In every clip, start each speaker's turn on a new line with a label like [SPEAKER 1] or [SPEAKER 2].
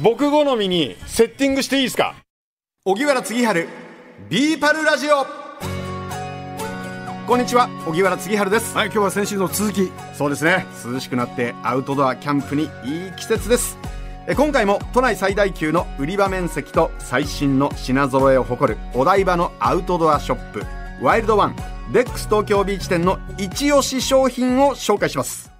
[SPEAKER 1] 僕好みにセッティングしていいですか
[SPEAKER 2] 荻原次春ビーパルラジオこんにちは荻原次春です
[SPEAKER 3] はい今日は先週の続き
[SPEAKER 2] そうですね涼しくなってアウトドアキャンプにいい季節ですえ今回も都内最大級の売り場面積と最新の品揃えを誇るお台場のアウトドアショップワイルドワンデックス東京ビーチ店の一押し商品を紹介します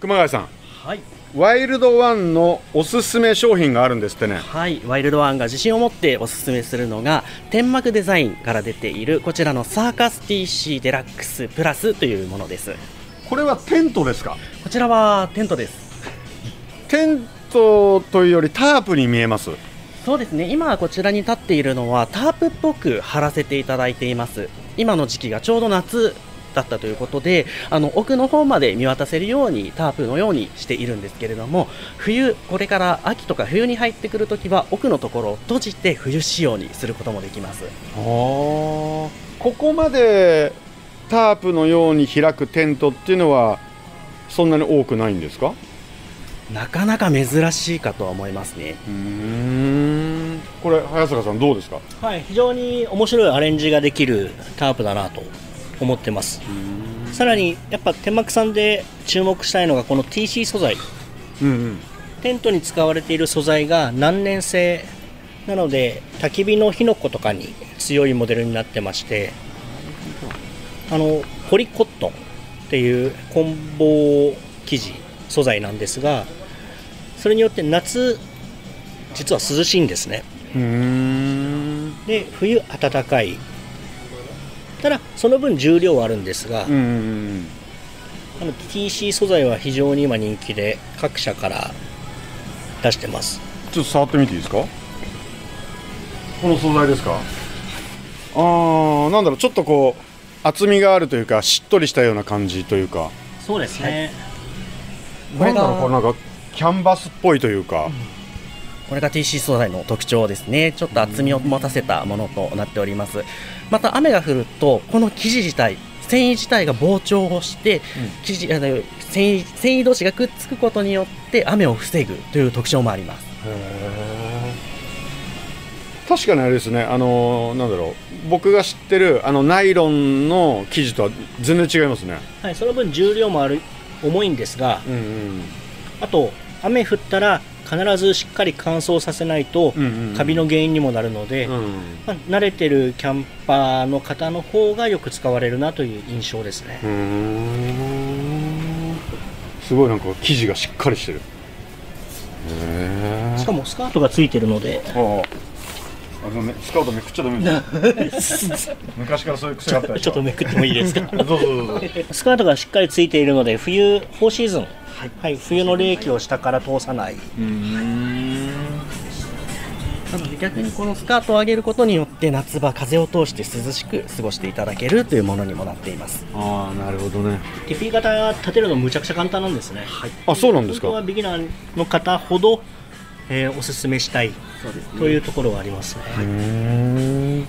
[SPEAKER 1] 熊谷さん
[SPEAKER 4] はい、
[SPEAKER 1] ワイルドワンのおすすめ商品があるんですってね
[SPEAKER 4] はい、ワイルドワンが自信を持っておすすめするのが天幕デザインから出ているこちらのサーカス TC デラックスプラスというものです
[SPEAKER 1] これはテントですか
[SPEAKER 4] こちらはテントです
[SPEAKER 1] テントというよりタープに見えます
[SPEAKER 4] そうですね今こちらに立っているのはタープっぽく張らせていただいています今の時期がちょうど夏だったということであの奥の方まで見渡せるようにタープのようにしているんですけれども冬これから秋とか冬に入ってくるときは奥のところを閉じて冬仕様にすることもできます
[SPEAKER 1] ここまでタープのように開くテントっていうのはそんなに多くないんですか
[SPEAKER 4] なかなか珍しいかとは思いますね。
[SPEAKER 1] うんこれ早坂さんどうですか
[SPEAKER 5] はい、非常に面白いアレンジができるタープだなと思ってますさらにやっぱ天幕さんで注目したいのがこの TC 素材
[SPEAKER 1] うんうん
[SPEAKER 5] テントに使われている素材が難燃性なので焚き火の火の粉とかに強いモデルになってましてあのポリコットンっていう混紡生地素材なんですがそれによって夏実は涼しいんですね
[SPEAKER 1] うん
[SPEAKER 5] で冬暖かいただその分重量はあるんですが、
[SPEAKER 1] うん
[SPEAKER 5] あの TC 素材は非常に今人気で各社から出してます
[SPEAKER 1] ちょっと触ってみていいですかこの素材ですかあーなんだろうちょっとこう厚みがあるというかしっとりしたような感じというか
[SPEAKER 5] そうですね、
[SPEAKER 4] これが
[SPEAKER 1] なんだろうこれなんかキャンバスっぽいというか、
[SPEAKER 4] これが TC 素材の特徴ですね。ちょっと厚みを持たせたものとなっております。また雨が降ると、この生地自体、繊維自体が膨張をして、生地あの繊維繊維同士がくっつくことによって雨を防ぐという特徴もあります。
[SPEAKER 1] 確かにあれですねあのーなんだろう僕が知ってるあのナイロンの生地とは全然違いますね
[SPEAKER 5] はい、その分重量もある重いんですが
[SPEAKER 1] うんうん
[SPEAKER 5] あと雨降ったら必ずしっかり乾燥させないと
[SPEAKER 1] うんうんうん
[SPEAKER 5] カビの原因にもなるので、まあ慣れてるキャンパーの方の方がよく使われるなという印象ですね、
[SPEAKER 1] すごいなんか生地がしっかりしてる
[SPEAKER 5] しかもスカートがついてる ので
[SPEAKER 1] あのねスカートめくっちゃダメですよ昔からそういう癖があったでし
[SPEAKER 5] ちょっとめくってもいいですか
[SPEAKER 1] どうぞどうぞ
[SPEAKER 5] スカートがしっかりついているので冬フォーシーズン、はい冬の冷気を下から通さない
[SPEAKER 4] なので逆にこのスカートを上げることによって夏場風を通して涼しく過ごしていただけるというものにもなっています。
[SPEAKER 1] ああなるほどね
[SPEAKER 5] ティフィー型立てるのむちゃくちゃ簡単なんですね、はい、
[SPEAKER 1] あそうなんです
[SPEAKER 5] 本当は
[SPEAKER 1] か
[SPEAKER 5] ビギナーの方ほど、えーおすすめしたいというところはありますね、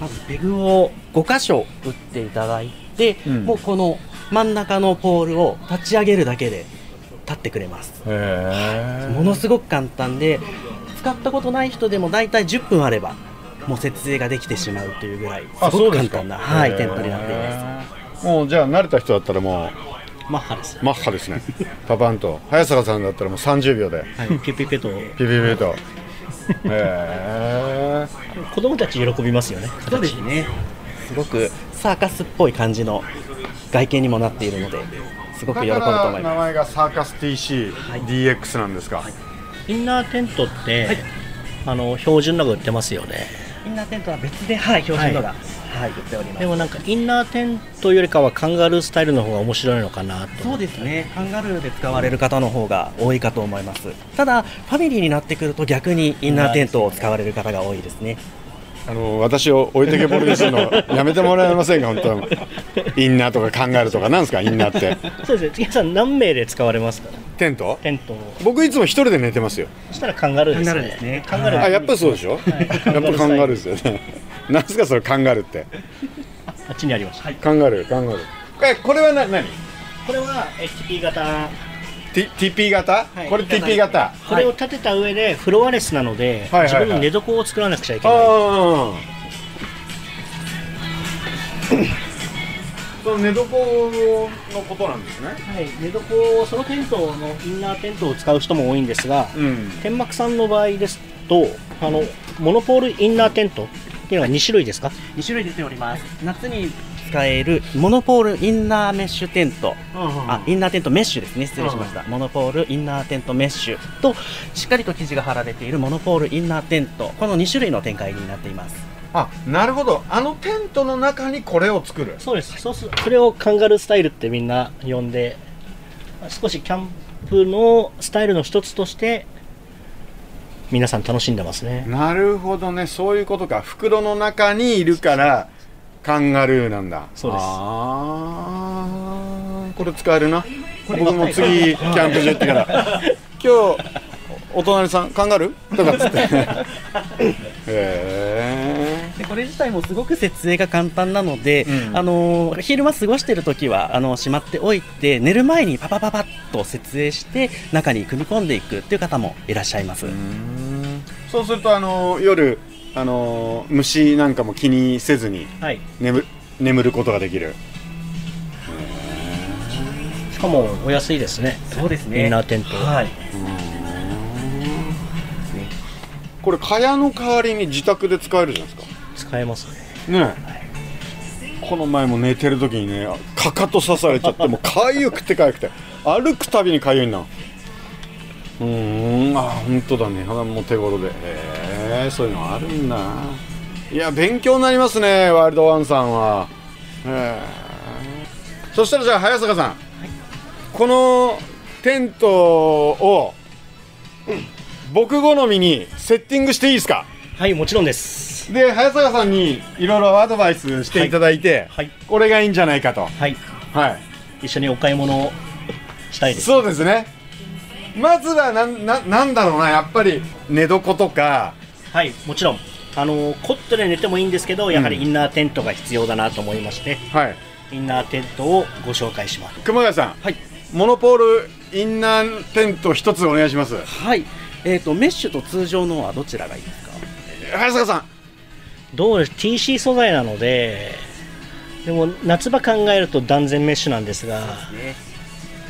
[SPEAKER 4] まずペグを5箇所打っていただいて、
[SPEAKER 1] うん
[SPEAKER 4] もうこの真ん中のポールを立ち上げるだけで立ってくれます
[SPEAKER 1] へ
[SPEAKER 4] ものすごく簡単で使ったことない人でも大体10分あればもう設営ができてしまうというぐらいす
[SPEAKER 1] あそ
[SPEAKER 4] ご
[SPEAKER 1] う
[SPEAKER 4] く
[SPEAKER 1] です
[SPEAKER 4] 簡
[SPEAKER 1] か
[SPEAKER 4] 単な、は
[SPEAKER 1] へ
[SPEAKER 4] い、
[SPEAKER 1] ー
[SPEAKER 4] テントになっています
[SPEAKER 1] もうじゃあ慣れた人だったらも
[SPEAKER 5] マッハです
[SPEAKER 1] うマッハですねパパンと早坂さんだったらもう30秒で
[SPEAKER 5] はい、ピュピュピュと
[SPEAKER 1] ピピピとへえ
[SPEAKER 5] 子供たち喜びますよね
[SPEAKER 4] そうですねすごくサーカスっぽい感じの外見にもなっているのですごく喜ぶと
[SPEAKER 1] だか
[SPEAKER 4] 思
[SPEAKER 1] ら
[SPEAKER 4] い
[SPEAKER 1] 名
[SPEAKER 4] ます
[SPEAKER 1] 前がサーカス TCDX なんですか、
[SPEAKER 5] インナーテントって、あの標準のが売ってますよね
[SPEAKER 4] インナーテントは別で、はい、標準のが、はい、売っております
[SPEAKER 5] でもなんかインナーテントよりかはカンガルースタイルの方が面白いのかなと
[SPEAKER 4] そうですね、カンガルーで使われる方の方が多いかと思います。ただ、ファミリーになってくると逆にインナーテントを使われる方が多いですね。
[SPEAKER 1] あの私を置いてけぼりにする のやめてもらえませんか本当インナーとか考えるとかなんですかインナーって
[SPEAKER 5] そうですね次さん何名で使われますか
[SPEAKER 1] テント
[SPEAKER 5] テントを
[SPEAKER 1] 僕いつも一人で寝てますよ
[SPEAKER 5] そしたらカンガルーですね。
[SPEAKER 4] カンガルーですね
[SPEAKER 5] カンガルー。
[SPEAKER 1] あやっぱりそうでしょ、やっぱカンガルーですよねなんですかそれカンガルーって
[SPEAKER 5] あっちにありました。
[SPEAKER 1] カンガルーカンガルーえこれはな何
[SPEAKER 5] これは HP 型
[SPEAKER 1] T- TP 型、
[SPEAKER 5] はい
[SPEAKER 1] これ TP 型
[SPEAKER 5] これを立てた上でフロアレスなので、
[SPEAKER 1] はいはい
[SPEAKER 5] 自分の寝床を作らなくちゃいけない、
[SPEAKER 1] ああ
[SPEAKER 2] その寝床のことなんですね
[SPEAKER 5] はい、寝床をそのテントのインナーテントを使う人も多いんですが、
[SPEAKER 2] うん
[SPEAKER 5] 天幕さんの場合ですとあのモノポールインナーテントっていうのが2種類ですか
[SPEAKER 4] 2種類出ております夏に使えるモノポールインナーメッシュテントあインナーテントメッシュですね失礼しました、モノポールインナーテントメッシュとしっかりと生地が貼られているモノポールインナーテントこの2種類の展開になっています
[SPEAKER 2] あなるほどあのテントの中にこれを作る
[SPEAKER 5] そうですそうすそれをカンガルースタイルってみんな呼んで少しキャンプのスタイルの一つとして皆さん楽しんでますね
[SPEAKER 1] なるほどねそういうことか袋の中にいるからカンガルーなんだ
[SPEAKER 5] そうです
[SPEAKER 1] ああこれ使えるな僕も次キャンプ場行ってから今日お隣さんカンガルーとかっつって へえ
[SPEAKER 4] でこれ自体もすごく設営が簡単なので、
[SPEAKER 1] うん
[SPEAKER 4] あのー昼間過ごしてる時はあのしまっておいて寝る前にパパパパッと設営して中に組み込んでいくっていう方もいらっしゃいます、
[SPEAKER 1] そうするとあの夜あの虫なんかも気にせずに
[SPEAKER 5] はい
[SPEAKER 1] 眠眠ることができる
[SPEAKER 5] しかもお安いですね
[SPEAKER 4] そうです
[SPEAKER 5] インナーテント
[SPEAKER 4] はい
[SPEAKER 1] これ蚊帳の代わりに自宅で使えるじゃないですか
[SPEAKER 5] 使えますね
[SPEAKER 1] ねえこの前も寝てる時にねかかと刺されちゃってもうかゆくてかゆくて歩くたびにかゆいなうーんあ本当だね鼻も手頃でへえそういうのあるんだいや勉強になりますねワイルドワンさんはへえそしたらじゃあ早坂さん、このテントを僕好みにセッティングしていいですか
[SPEAKER 5] はいもちろんです
[SPEAKER 1] で早坂さんにいろいろアドバイスしていただいて、
[SPEAKER 5] はい
[SPEAKER 1] これがいいんじゃないかと
[SPEAKER 5] はい
[SPEAKER 1] はい
[SPEAKER 5] 一緒にお買い物をしたいです
[SPEAKER 1] そうですねまずはなんななんだろうなやっぱり寝床とか
[SPEAKER 5] はいもちろんあのコットで寝てもいいんですけどやはりインナーテントが必要だなと思いまして、
[SPEAKER 1] はい
[SPEAKER 5] インナーテントをご紹介します
[SPEAKER 1] 熊谷さん、
[SPEAKER 4] はい
[SPEAKER 1] モノポールインナーテント一つお願いします
[SPEAKER 4] はいえー、とメッシュと通常のはどちらがいいですか
[SPEAKER 1] 早坂さん
[SPEAKER 5] どう TC 素材なのででも夏場考えると断然メッシュなんですが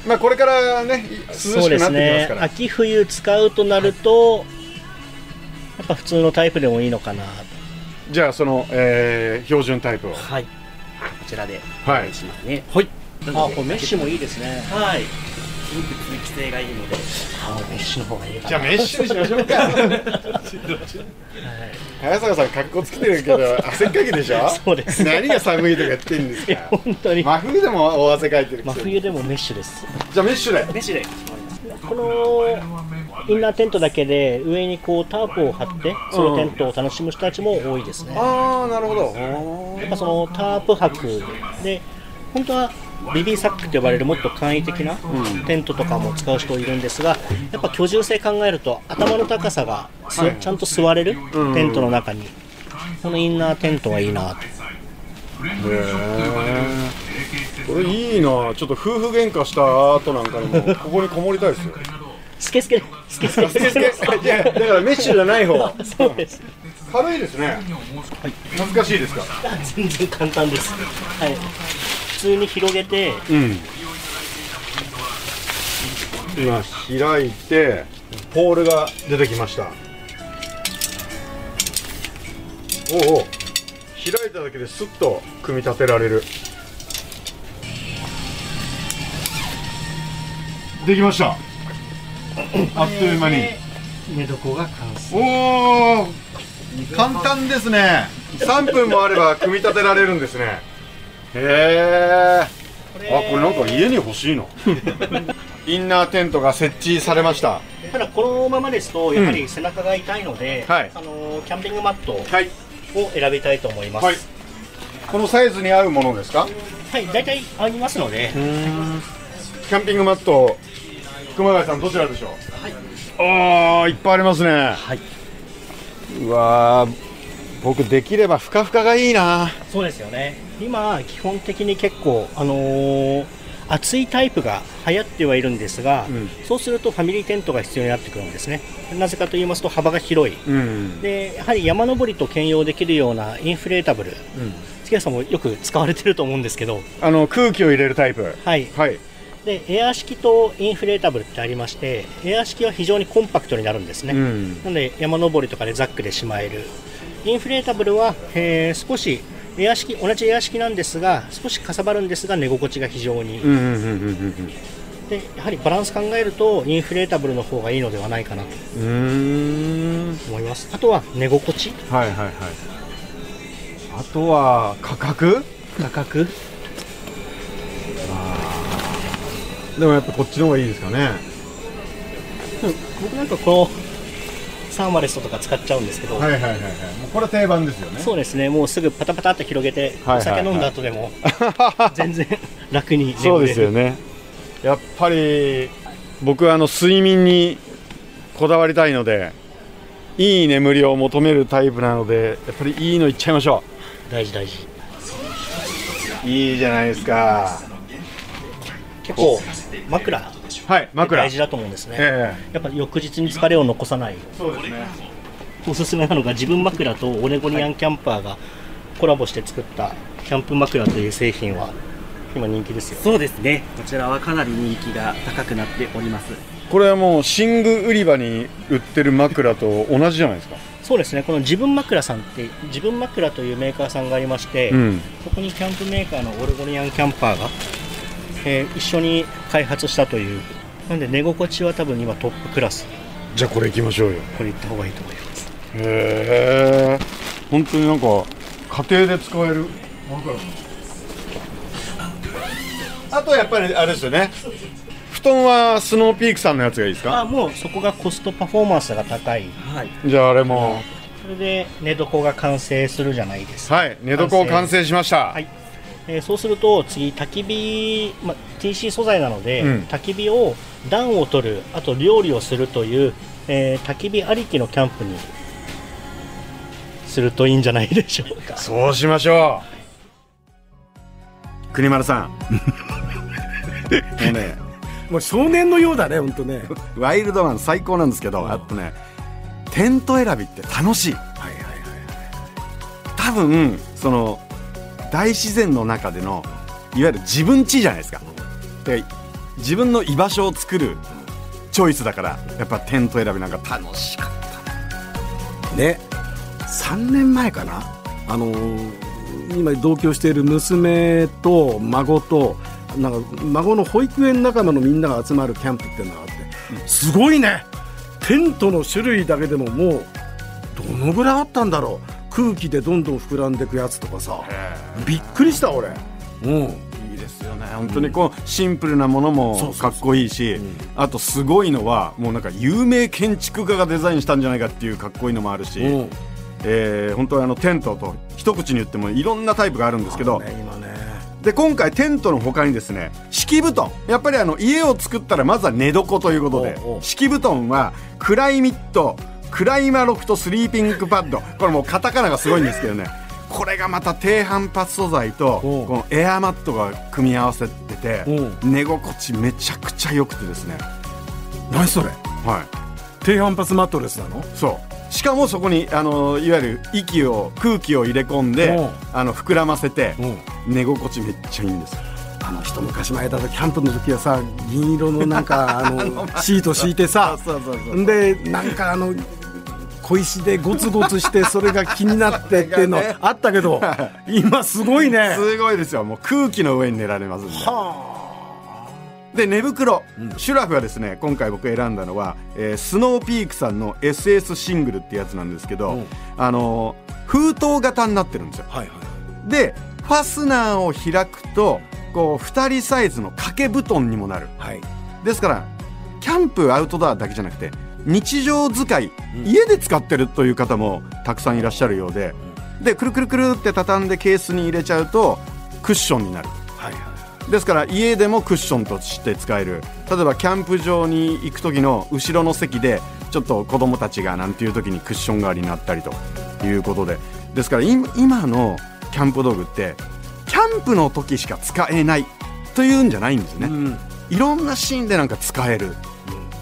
[SPEAKER 1] まあこれからね涼し
[SPEAKER 5] そう
[SPEAKER 1] く
[SPEAKER 5] で
[SPEAKER 1] な
[SPEAKER 5] す
[SPEAKER 1] って
[SPEAKER 5] ね
[SPEAKER 1] きますから
[SPEAKER 5] 秋冬使うとなると、やっぱ普通のタイプでもいいのかな
[SPEAKER 1] じゃあその、えー標準タイプを
[SPEAKER 4] はいこちらで
[SPEAKER 1] は
[SPEAKER 4] お願
[SPEAKER 1] い
[SPEAKER 4] いしますねはい
[SPEAKER 5] あこれメッシュもいいですね
[SPEAKER 4] はいすごく通気性がいいので
[SPEAKER 5] あメッシュの方がいいか
[SPEAKER 1] じゃあ
[SPEAKER 5] な
[SPEAKER 1] メッシュにしましょうか早坂さん格好つけてるけど汗っかきでしょ
[SPEAKER 5] そうですね
[SPEAKER 1] 何が寒いとか言ってんですか
[SPEAKER 5] 本当に
[SPEAKER 1] 真冬でも大汗かいてるく
[SPEAKER 5] 真
[SPEAKER 1] せに
[SPEAKER 5] 冬でもメッシュです
[SPEAKER 1] じゃあメッシュで
[SPEAKER 4] メッシュで、
[SPEAKER 5] このインナーテントだけで上にこうタープを張ってそのテントを楽しむ人たちも多いですね、や
[SPEAKER 1] ああなるほどお
[SPEAKER 5] っぱそのタープ泊で本当はビビーサックと呼ばれるもっと簡易的なテントとかも使う人いるんですがやっぱ居住性考えると頭の高さがすちゃんと座れるテントの中にこのインナーテントはいいなと
[SPEAKER 1] これいいなちょっと夫婦喧嘩した後なんかにもここにこもりたいですよ
[SPEAKER 5] スケス ケスケスケスケスケ
[SPEAKER 1] いやだからメッシュじゃない方
[SPEAKER 5] そうです
[SPEAKER 1] 軽いですね、難しいですか
[SPEAKER 5] 全然簡単です、はい、普通に広げて
[SPEAKER 1] うん今開いてポールが出てきましたおうおう開いただけですっと組み立てられるできましたあっという間に
[SPEAKER 5] 寝床が完成
[SPEAKER 1] おお簡単ですね3分もあれば組み立てられるんですねへえあこれなんか家に欲しいなインナーテントが設置されました
[SPEAKER 5] ただこのままですとやはり背中が痛いので、
[SPEAKER 1] うんはい
[SPEAKER 5] あのーキャンピングマット
[SPEAKER 1] はい
[SPEAKER 5] を選びたいと思います
[SPEAKER 1] は
[SPEAKER 5] はいい、
[SPEAKER 1] このサイズに合うものですか
[SPEAKER 5] 大体合いますので、
[SPEAKER 1] キャンピングマット熊谷さんどちらでしょうはいあーいっぱいありますねはいうわー僕できればふかふかがいいな
[SPEAKER 5] そうですよね今基本的に結構あのー厚いタイプが流行ってはいるんですが、
[SPEAKER 6] うん
[SPEAKER 5] そうするとファミリーテントが必要になってくるんですねなぜかと言いますと幅が広い
[SPEAKER 6] うん
[SPEAKER 5] でやはり山登りと兼用できるようなインフレータブル
[SPEAKER 6] うん
[SPEAKER 5] 月谷さんもよく使われてると思うんですけど
[SPEAKER 6] あの空気を入れるタイプ
[SPEAKER 5] はい
[SPEAKER 6] はい
[SPEAKER 5] でエアー式とインフレータブルってありましてエアー式は非常にコンパクトになるんですね、
[SPEAKER 6] うん
[SPEAKER 5] なので山登りとかでザックでしまえるインフレータブルは、えー少しエア式同じエア式なんですが少しかさばるんですが寝心地が非常に、
[SPEAKER 6] うんうんうんうん
[SPEAKER 5] でやはりバランス考えるとインフレータブルの方がいいのではないかなと
[SPEAKER 6] うんうんうーん
[SPEAKER 5] 思いますあとは寝心地
[SPEAKER 6] はいはいはいあとは価格
[SPEAKER 5] 価格
[SPEAKER 6] でもやっぱこっちの方がいいですかね
[SPEAKER 5] 僕なんかこのサーマレストとか使っちゃうんですけど、
[SPEAKER 6] はいはいはいはいもうこれ定番ですよね
[SPEAKER 5] そうですねもうすぐパタパタって広げて、
[SPEAKER 6] はいはいはい
[SPEAKER 5] お酒飲んだ後でも全然 楽に眠れる
[SPEAKER 6] そうですよねやっぱり僕はあの睡眠にこだわりたいのでいい眠りを求めるタイプなのでやっぱりいいのいっちゃいましょ
[SPEAKER 5] 大事大事
[SPEAKER 6] ういいじゃないですか
[SPEAKER 5] 結構枕
[SPEAKER 6] はい枕
[SPEAKER 5] 大事だと思うんですね、
[SPEAKER 6] え
[SPEAKER 5] やっぱ翌日に疲れを残さない
[SPEAKER 6] えそうですね
[SPEAKER 5] おすすめなのが自分枕とオレゴニアンキャンパーがコラボして作ったキャンプ枕という製品は今人気ですよ
[SPEAKER 4] そうですね。こちらはかなり人気が高くなっております。
[SPEAKER 6] これはもう寝具売り場に売ってる枕と同じじゃないですか
[SPEAKER 5] そうですねこの自分枕さんって自分枕というメーカーさんがありまして、
[SPEAKER 6] ん
[SPEAKER 5] そこにキャンプメーカーのオレゴニアンキャンパーが、えー一緒に開発したというなんで寝心地は多分今トップクラス
[SPEAKER 6] じゃあこれ行きましょうよ
[SPEAKER 5] これいった方がいいと思います
[SPEAKER 6] へえ本当になんか家庭で使えるあとやっぱりあれですよね布団はスノーピークさんのやつがいいです
[SPEAKER 5] あ
[SPEAKER 6] か
[SPEAKER 5] もうそこがコストパフォーマンスが高い
[SPEAKER 4] はい。
[SPEAKER 6] じゃああれも
[SPEAKER 5] それで寝床が完成するじゃないですか、
[SPEAKER 6] はい寝床を完成しました、
[SPEAKER 5] はいえーそうすると次焚き火、まあ、TC 素材なので、
[SPEAKER 6] うん
[SPEAKER 5] 焚き火を暖を取るあと料理をするという、えー焚き火ありきのキャンプにするといいんじゃないでしょうか
[SPEAKER 6] そうしましょ
[SPEAKER 1] 国丸さんもうね
[SPEAKER 3] もう少年のようだね、本当ね。
[SPEAKER 1] ワイルドマン最高なんですけど、あとね、テント選びって楽しい。多分、その、大自然の中での、いわゆる自分地じゃないですか。で自分の居場所を作るチョイスだから、やっぱテント選びなんか楽しかった。
[SPEAKER 3] ね3年前かなあのー今同居している娘と孫となんか孫の保育園仲間のみんなが集まるキャンプっていうのがあって、すごいねテントの種類だけでももうどのぐらいあったんだろう空気でどんどん膨らんでいくやつとかさびっくりした俺うん
[SPEAKER 1] いいですよね。本当にこう、シンプルなものもかっこいいし、あとすごいのは、もうなんか有名建築家がデザインしたんじゃないかっていうかっこいいのもあるし、
[SPEAKER 3] うん
[SPEAKER 1] えー本当はあのテントと一口に言ってもいろんなタイプがあるんですけど、
[SPEAKER 3] ね今ね
[SPEAKER 1] で今回テントの他にですね敷布団やっぱりあの家を作ったらまずは寝床ということで
[SPEAKER 3] おうおう
[SPEAKER 1] 敷布団はクライミットクライマロフトスリーピングパッドこれもうカタカナがすごいんですけどねこれがまた低反発素材と
[SPEAKER 3] おう
[SPEAKER 1] このエアマットが組み合わせてて
[SPEAKER 3] おう
[SPEAKER 1] 寝心地めちゃくちゃ良くてですね
[SPEAKER 3] 何それ
[SPEAKER 1] はい
[SPEAKER 3] 低反発マットレスなの
[SPEAKER 1] そうしかもそこにあのいわゆる息を空気を入れ込んで
[SPEAKER 3] うん
[SPEAKER 1] あの膨らませて
[SPEAKER 3] うん
[SPEAKER 1] 寝心地めっちゃいいんですよ
[SPEAKER 3] あの一昔前だとキャンプの時はさ銀色のなんか あのシート敷いてさ
[SPEAKER 1] そうそうそうん
[SPEAKER 3] でなんかあの小石でゴツゴツしてそれが気になってっていうの
[SPEAKER 1] それがね
[SPEAKER 3] あったけど今すごいね
[SPEAKER 1] すごいですよもう空気の上に寝られますんでで寝袋、シュラフはですね今回僕選んだのは、えースノーピークさんの SS シングルってやつなんですけど、
[SPEAKER 3] うん
[SPEAKER 1] あのー封筒型になってるんですよ
[SPEAKER 3] はいはい
[SPEAKER 1] でファスナーを開くとこう2人サイズの掛け布団にもなる
[SPEAKER 3] はい
[SPEAKER 1] ですからキャンプアウトドアだけじゃなくて日常使い、家で使ってるという方もたくさんいらっしゃるようで、でくるくるくるって畳んでケースに入れちゃうとクッションになる
[SPEAKER 3] はい
[SPEAKER 1] ですから家でもクッションとして使える例えばキャンプ場に行く時の後ろの席でちょっと子供たちがなんていう時にクッション代わりになったりということでですから今今のキャンプ道具ってキャンプの時しか使えないというんじゃないんですよね、
[SPEAKER 7] うん
[SPEAKER 1] いろんなシーンでなんか使える、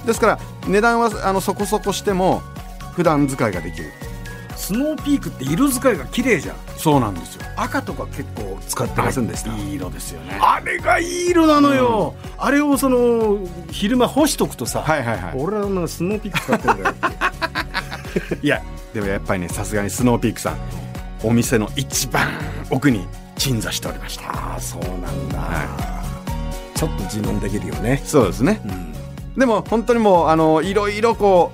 [SPEAKER 1] ですから値段はあのそこそこしても普段使いができる
[SPEAKER 3] スノーピークって色使いが綺麗じゃん
[SPEAKER 1] そうなんですよ
[SPEAKER 3] 赤とか結構使ってませんでした、
[SPEAKER 1] いい色ですよね
[SPEAKER 3] あれがいい色なのよ、あれをその昼間干しとくとさ、
[SPEAKER 1] はいはいはい
[SPEAKER 3] 俺らのスノーピーク使ってるん だよって
[SPEAKER 1] いやでもやっぱりねさすがにスノーピークさんお店の一番奥に鎮座しておりました
[SPEAKER 3] ああそうなんだ、
[SPEAKER 1] は
[SPEAKER 3] ちょっと自慢できるよね、
[SPEAKER 1] そうですね
[SPEAKER 3] うん、
[SPEAKER 1] でも本当にもうあのいろいろこ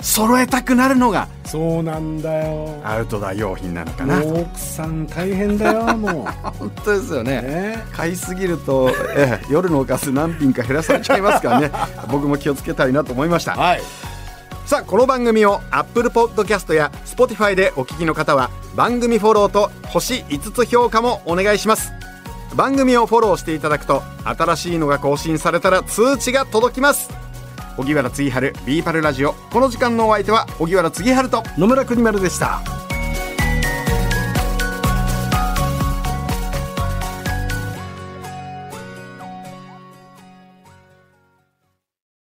[SPEAKER 1] う揃えたくなるのが
[SPEAKER 3] そうなんだよ
[SPEAKER 1] アウトドア用品なのかな
[SPEAKER 3] もう奥さん大変だよも
[SPEAKER 1] 本当ですよ
[SPEAKER 3] うね
[SPEAKER 1] 買いすぎると、ええ夜のおかず何品か減らされちゃいますから ね僕も気をつけたいなと思いました、
[SPEAKER 3] はい
[SPEAKER 1] さあこの番組を Apple Podcast や Spotify でお聞きの方は番組フォローと星5つ評価もお願いします番組をフォローしていただくと新しいのが更新されたら通知が届きます荻原次春ビーパルラジオこの時間のお相手は荻原次春と
[SPEAKER 3] 野村邦丸でした